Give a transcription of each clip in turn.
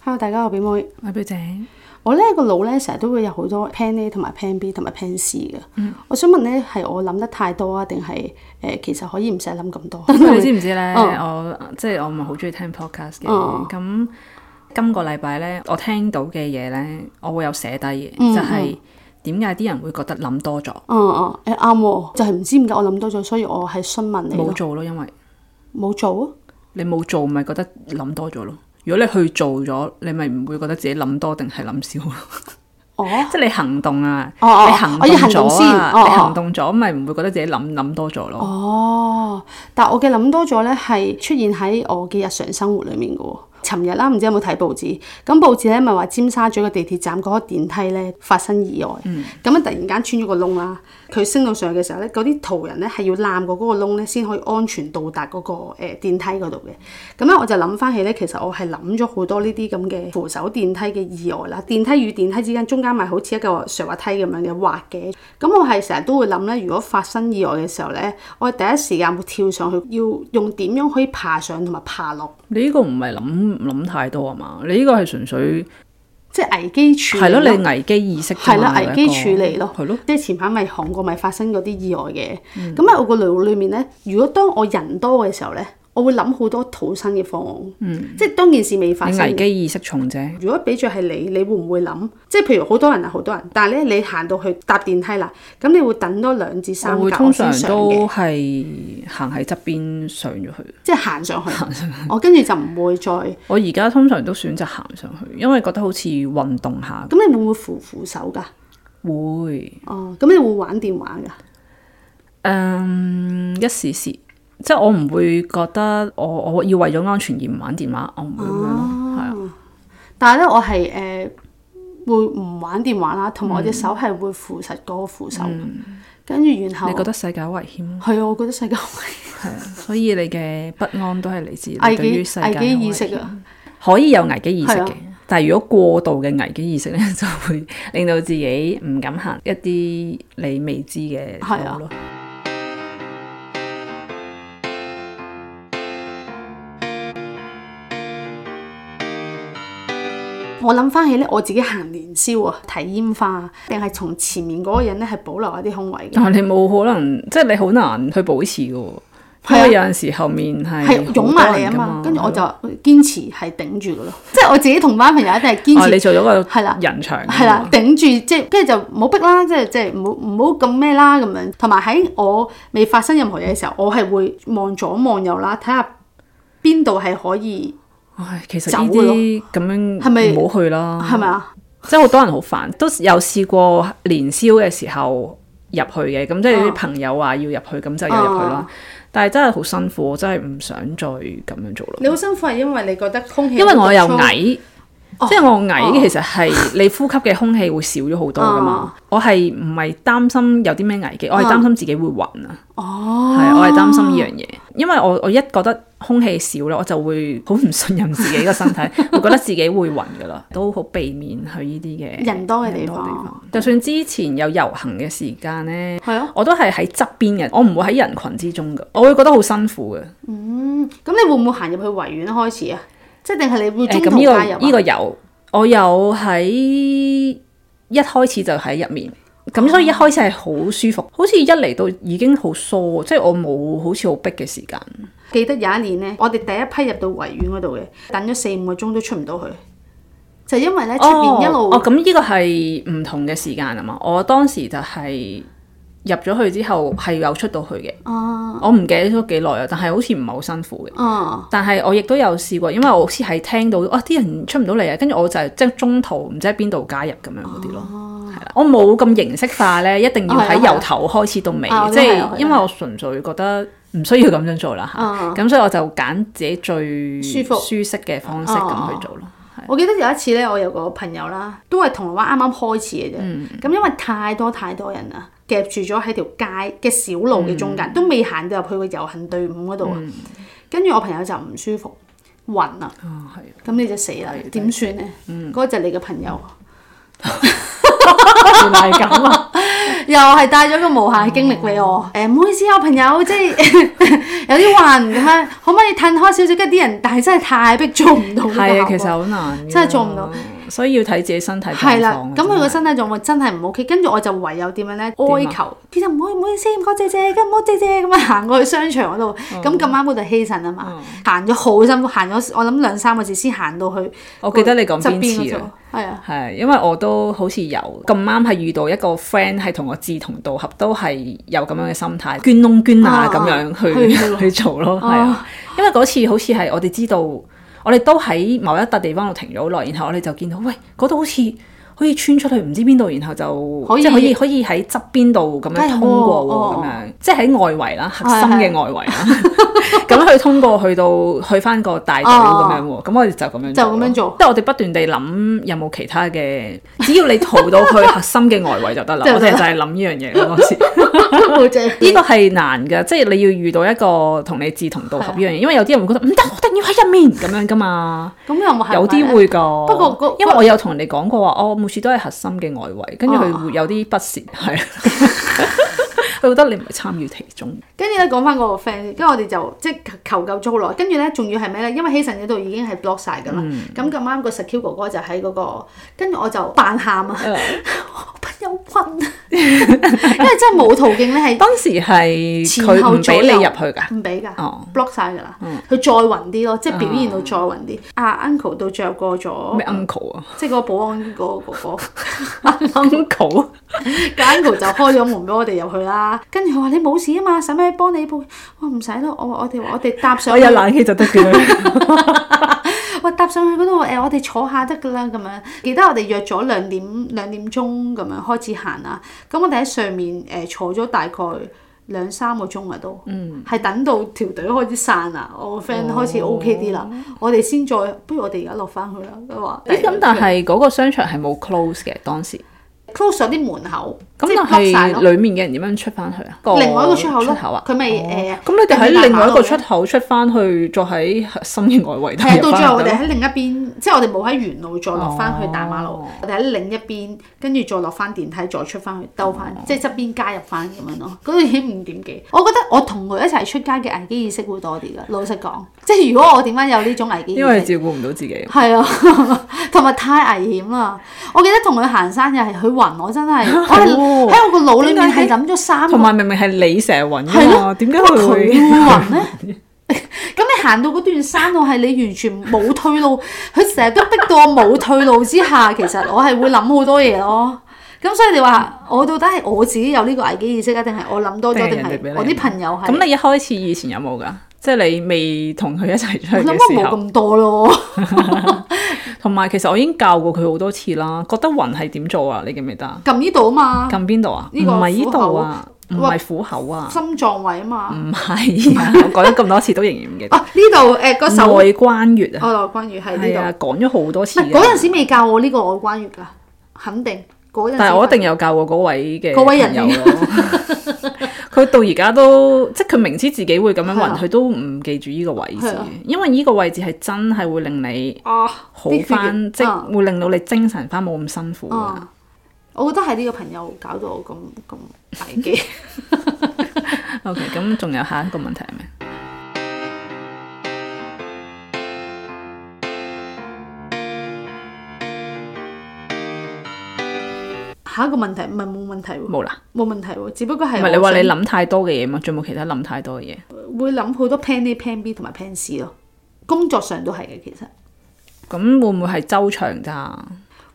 Hello，大家好，我表妹。我係表姐， 我咧個腦咧成日都會有好多 Plan A 同埋 Plan B 同埋 Plan C 嘅。我想問咧，係我諗得太多啊，定係誒其實可以唔使諗咁多？你知唔知咧？嗯我即係我咪好中意聽 podcast 嘅。嗯咁、今個禮拜咧，我聽到嘅嘢咧，我會有寫低嘅，就係點解啲人會覺得諗多咗，嗯嗯，誒啱喎，就係唔知點解我諗多咗，所以我係詢問你冇咯，做咯，因為冇做啊？你冇做，咪覺得諗多咗咯。如果你去做咗，你咪唔會覺得自己諗多定係諗 少咯。哦，即係你行動啊，哦哦你行我動要行動咗先啊，哦你哦行動咗，咪唔會覺得自己諗諗多咗咯。哦，但我嘅諗多咗咧，係出現喺我嘅日常生活裡面嘅喎。尋日啦，唔知有冇睇報紙？咁報紙咧咪話尖沙咀個地鐵站嗰個電梯咧發生意外，咁啊、突然間穿咗個窿啦。佢升到上去嘅時候咧，嗰啲途人咧係要攬過嗰個窿咧，先可以安全到達嗰、個誒、呃、電梯嗰度嘅。咁咧我就諗翻起咧，其實我係諗咗好多呢啲咁嘅扶手電梯嘅意外啦。電梯與電梯之間中間咪好似一個上滑梯咁樣嘅滑嘅。咁我係成日都會諗咧，如果發生意外嘅時候咧，我第一時間會跳上去，要用點樣可以爬上同埋爬落，你呢個唔係諗諗太多啊嘛，你呢個係純粹即係危機處理係咯，咯你危機意識係啦，啦，危機處理咯，係咯。嗯即係前排咪韓國咪發生嗰啲意外嘅，咁啊喺、我個腦裏面咧，如果當我人多嘅時候咧，我會諗好多土生嘅方案，即係當件事未發嗯你生危。機意識重啫，如果俾著係你，你會唔會諗？即係譬如好多人啊，好多人，但係咧你行到去搭電梯啦，咁你會等多兩至三我格會通常我先上嘅都係行喺側邊上咗去。即係行上去。我跟住就唔會再咁，我而家通常都選擇行上去，因為覺得好似運動下你會唔會扶扶手㗎？會，哦，咁你會玩電話㗎？嗯，一時時，即係我唔會覺得我我要為咗安全而唔玩電話，我唔會咁樣哦咯，係啊。但係咧，我係誒、呃、會唔玩電話啦，嗯同埋我隻手係會扶實嗰個扶手，跟住、然後你覺得世界好危險咯，係啊，我覺得世界係啊，所以你嘅不安都係嚟自你危對於機世危界機意好識危險啊，可以有危機意識係嘅啊，但係如果過度嘅危機意識咧， 就會令到自己唔敢行一啲你未知嘅係啊路咯。我諗翻起咧，我自己行年宵啊，睇煙花啊，定係從前面嗰個人咧係保留一啲空位嘅，但係你冇可能，即係你好難去保持嘅喎，係因啊為有陣時後面係係好擁多埋你啊人㗎哦嘛，跟住我係就堅持係頂住嘅咯，即係我自己同班朋友一定係堅咯哦，持你做咗係啦個人牆係啦，，頂住即係跟住就唔好逼啦，即係即係唔好唔好咁咩啦咁樣。同埋喺我未發生任何嘢嘅時候，我係會望左望右啦，睇下邊度係可以唉，其實走呢嘅咯啲咁係咪樣唔好去啦，係咪啊？即係好多人好煩，都有試過年宵嘅時候入去嘅，咁哦即係啲朋友話要入去，咁就有入去啦。但係真係好辛苦，我真係唔想再咁樣做咯。你好辛苦啊係因為你覺得空氣因為我又矮，即哦哦係我矮其實係 你呼吸嘅空氣會少咗好多噶嘛。我係唔係擔心有啲咩危機？我係擔心自己會暈啊。哦，係啊，我係擔心呢樣嘢，因為我我一覺得空氣少咧，我就會好唔信任自己 個身體，會覺得自己會暈噶啦，都好避免去呢啲嘅人多嘅地人多嘅地方方。就算之前有遊行嘅時間咧，係咯。我都係喺側邊嘅，我唔會喺人群之中噶，我會覺得好辛苦嘅。咁你會唔會行入去維園開始啊？即係定係你會中誒咁途呢加入啊個呢個有，我有喺一開始就喺入面，咁哦所以一開始係好舒服，好似一嚟到已經好疏，即係我冇好似好逼嘅時間。記得有一年咧，我哋第一批入到維園嗰度嘅，等咗四五個鐘都出唔到去，就因為咧出邊一路哦，咁呢個係唔同嘅時間啊嘛，我當時就係入咗去之後係有出到去嘅，啊我唔記得咗幾耐啊，但係好似唔係好辛苦嘅。啊但係我亦都有試過，因為我好似係聽到啊啲人出唔到嚟啊，跟住我就係即係中途唔知喺邊度加入咁樣嗰啲咯，係啦、我冇咁形式化咧，一定要哦哦係啊喺係啊由頭開始到尾，啊我都即係啊我都係係因為我純粹覺得唔需要咁樣做啦啊嚇，咁、所以我就揀自己最舒服舒適嘅方式咁去做咯。我記得有一次咧，我有個朋友啦，都係銅鑼灣啱啱開始嘅啫。咁、因為太多太多人啦，夾住咗喺條街嘅小路嘅中間，都未行到入去個遊行隊伍嗰度啊。跟住、我朋友就唔舒服，暈啊，啊，係。咁你就死啦，點嗯算咧？嗰、個就係你嘅朋友。哦原來係咁啊！ 又係帶咗個無限嘅經歷俾 我。誒、唔好意思啊，朋友，即係 有啲暈咁樣，可唔可以褪開少少？跟住啲人，但係真係太逼，做唔到呢個係啊，效其實果好難，真係做唔到，所以要睇自己身體狀係啦況，。咁佢個真係身體狀況真係唔 OK，跟住我就唯有點樣咧啊哀求，其實唔好唔好意思，唔該姐姐，跟住唔好姐姐咁樣啊行過去商場嗰度，嗯咁咁啱嗰度希慎啊嘛，行咗好辛苦，行咗我諗兩三個字先行到去，我記得你講側邊邊次嗰啊度？，係 啊，係，因為我都好似有咁啱係遇到一個 friend 係同我志同道合，都係有咁樣嘅心態，捐窿捐啊啊咁樣去 去去做咯，係啊，因為嗰次好似係我哋知道，我哋都喺某一笪地方度停咗好耐，然後我哋就見到喂嗰度好似可以穿出去唔知邊度，然後可就以即係可以可以喺側邊度咁哎樣通過哦喎，哦咁樣即係喺外圍啦，核係心嘅外圍 啦，咁去通過去到去翻個大隊咁樣喎，咁我哋哦就咁樣就咁樣咯做即係我哋不斷地諗有冇其他嘅，只要你逃到去核心嘅外圍就 得啦。就我得啦哋就係諗呢樣嘢 咯嗰時，冇姐， 呢個係難嘅，即係你要遇到一個同你志同道合呢樣嘢，因為有啲人會覺得唔得，我一定要喺入面咁樣噶嘛。咁又 冇係咪啊有啲會㗎，不過嗰因為我有同人哋講過話，我哦每次都係核心嘅外圍，跟住佢哦會有啲不屑，係啊 佢覺得你唔係參與其 中。跟住咧講翻嗰個 friend，跟住我哋就即係求救咗好耐。跟住咧，仲要係咩咧？因為希慎嗰度已經係 block 晒㗎啦。嗯咁咁啱個 secure 哥哥就喺嗰、個，跟住我就扮喊啊，嗯 我朋友暈啊， 因為真係冇途徑咧，係當時係前佢後唔俾左你右入去㗎。唔俾㗎哦啊，block 晒㗎啦。佢再暈啲咯，即係表現到再暈啲。啊 uncle 到最後過咗咩，uncle 啊 即係嗰個保安嗰個哥哥。 ？uncle 啊個 uncle 就開咗門俾我哋入去啦，跟住佢話你冇事啊嘛，使唔使幫你報？我話唔使咯，我話我哋我哋搭上我去有冷氣就得嘅啦。 喂，搭上去嗰度呃誒，我哋坐下得㗎啦，咁樣記得我哋約咗兩點兩點鐘咁樣開始行啦。咁我哋喺上面誒、呃坐咗大概兩三個鐘啊都，係、嗯等到條隊開始散啦，我個 friend 開始哦 OK 啲啦，我哋先再，不如我哋而家落翻去啦。佢話咦咁但啊係嗰個商場係冇 close 嘅當時， close 咗啲門口，咁即係但 block 晒係咯。裡面嘅人點樣出翻去啊？另外一個出口咯啊？佢咪哦誒咁你哋喺另外一個出人口出翻去，再喺核心嘅外圍係啊，到度入最後我翻哋去。喺另一邊，即係我哋冇喺原路再落翻去大馬路，哦我哋喺另一邊，跟住再落翻電梯，再出翻去兜翻，哦即係側邊加入翻咁樣咯。嗰度已經五點幾，我覺得我同佢一齊出街嘅危機意識會多啲㗎。老實講，即係如果我點解有呢種危機意因為識？照顧唔到自己。係啊， 同埋太危險啦！我記得同佢行山又係佢暈，我真係我係 哦喺我個腦裡面點解係嘅諗咗三個同埋明明係你成日啊暈係㗎咯嘛，，點解乜佢佢會會？暈咧？咁你行到嗰段山路係你完全冇退路， 佢成日都逼到我冇退路之下，其實我係會諗好多嘢咯。咁所以你話我到底係我自己有呢個危機意識啊，定係我諗多咗，定定係人哋俾係你我啲朋友係？ 咁你一開始以前有冇㗎？即係你未同佢一齊出去我諗嘅我時冇候，咁多咯，同埋其實我已經教過佢好多次啦。覺得暈係點做啊？你記唔記得啊？撳呢度啊嘛，撳邊度啊？唔呢個係呢度啊，唔口係虎口啊。心臟位啊嘛。唔係啊， 我講咗咁多次都仍然唔記得。啊呢度誒個手，內關穴啊，我羅關羽喺係呢啊，講咗好多度。次唔係嗰啊。陣時未教我呢個我關羽㗎，肯定嗰陣時。但係我一定有教過嗰位嘅嗰位人朋友咯。 佢到而家都即係佢明知自己會咁樣係啊暈，佢都唔記住呢個位係置啊，因為呢個位置係真係會令你啊啲好血液翻，即啊係會令到你精神翻，冇咁辛苦㗎。啊，我覺得係呢個朋友搞到我咁咁危機。 啊 OK，咁仲有下一個問題係咩？下一個問題唔係冇問題喎，冇啦，冇問題喎，只不過唔係係你話你我諗太多嘅嘢嘛？仲有冇其他諗太多嘅嘢？想會諗好多 plan A、plan B 同埋 plan C 咯。工作上都係嘅，其實咁會唔會係周長咋？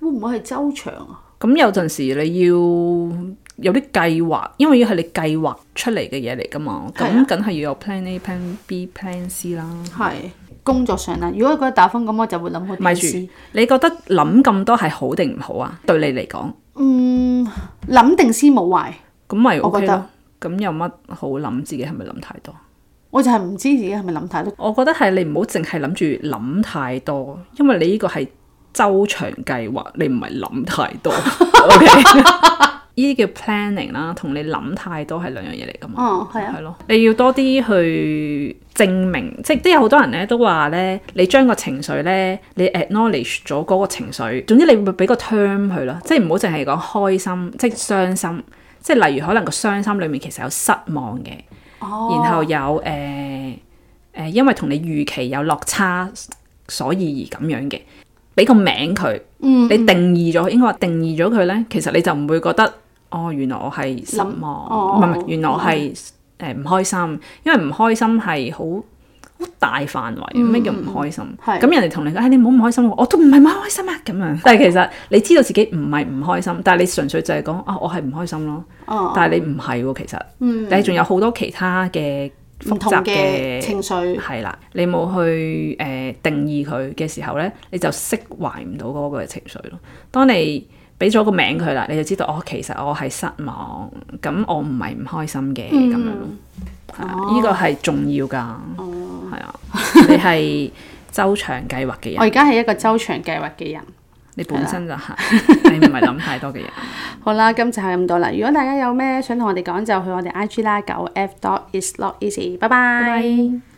會唔會係周長啊？咁有陣時你要有啲計劃，因為要係你計劃出嚟嘅嘢嚟噶嘛，係啊咁梗係要有 plan A、plan B、plan C 啦。係工作上啦，如果佢打風咁，我就會諗好咪 plan 住 C。，你覺得諗咁多係好定唔好啊？對你嚟講，嗯，諗定 C 冇壞，咁咪我 OK 覺咯得。咁有乜好諗自己係咪諗太多？我就係唔知自己係咪諗太多。我覺得係你唔好淨係諗住諗太多，因為你呢個係周長計劃，你唔係諗太 多。OK，呢啲叫 planning 啦，同你諗太多係兩樣嘢嚟噶嘛。哦，係啊，係咯，你要多啲去證明，即係都有好多人咧都話咧，你將個情緒咧，你 acknowledge 咗嗰個情緒，總之你會俾個 term 佢啦，即係唔好淨係講開心，即係傷心。即係例如可能個傷心裡面其實有失望嘅，哦然後有誒誒、呃因為同你預期有落差，所以而咁樣嘅，俾個名佢，嗯你定義咗，應該話定義咗佢咧，其實你就唔會覺得哦，原來我係失望，哦唔係唔係，原來我係誒唔開心，因為唔開心係好。好大範圍，咩叫唔開心？嗯係咁人哋同你講，哎唉，你唔好唔開心喎，我都唔係唔開心啊，咁 樣。但係其實你知道自己唔係唔開心，但係你純粹就係講啊，我係唔開心咯。哦但係你唔係喎，其實，嗯但係仲有好多其他嘅唔複同雜嘅情緒，係啦，你冇去誒、呃定義佢嘅時候咧，你就釋懷唔到嗰個情緒咯。當你俾咗個名佢啦，你就知道哦，其實我係失望，咁我唔係唔開心嘅嗯咁、樣咯。係啊，哦呢個係重要㗎。係啊，你係周長計劃嘅我人，而家係一個周長計劃嘅人。你本身就係，你唔係諗太多嘅人。好啦，今集係咁多啦。如果大家有咩想同我哋講，就去我哋 I G 啦，九 F dot is not easy。拜拜。拜。